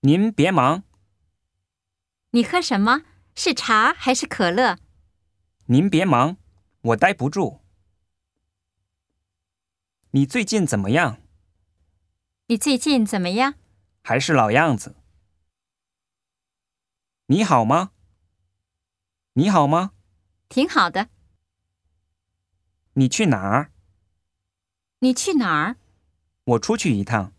您别忙，你喝什么？是茶还是可乐？您别忙，我待不住。你最近怎么样？你最近怎么样？还是老样子。你好吗？你好吗？挺好的。你去哪儿？你去哪儿？我出去一趟。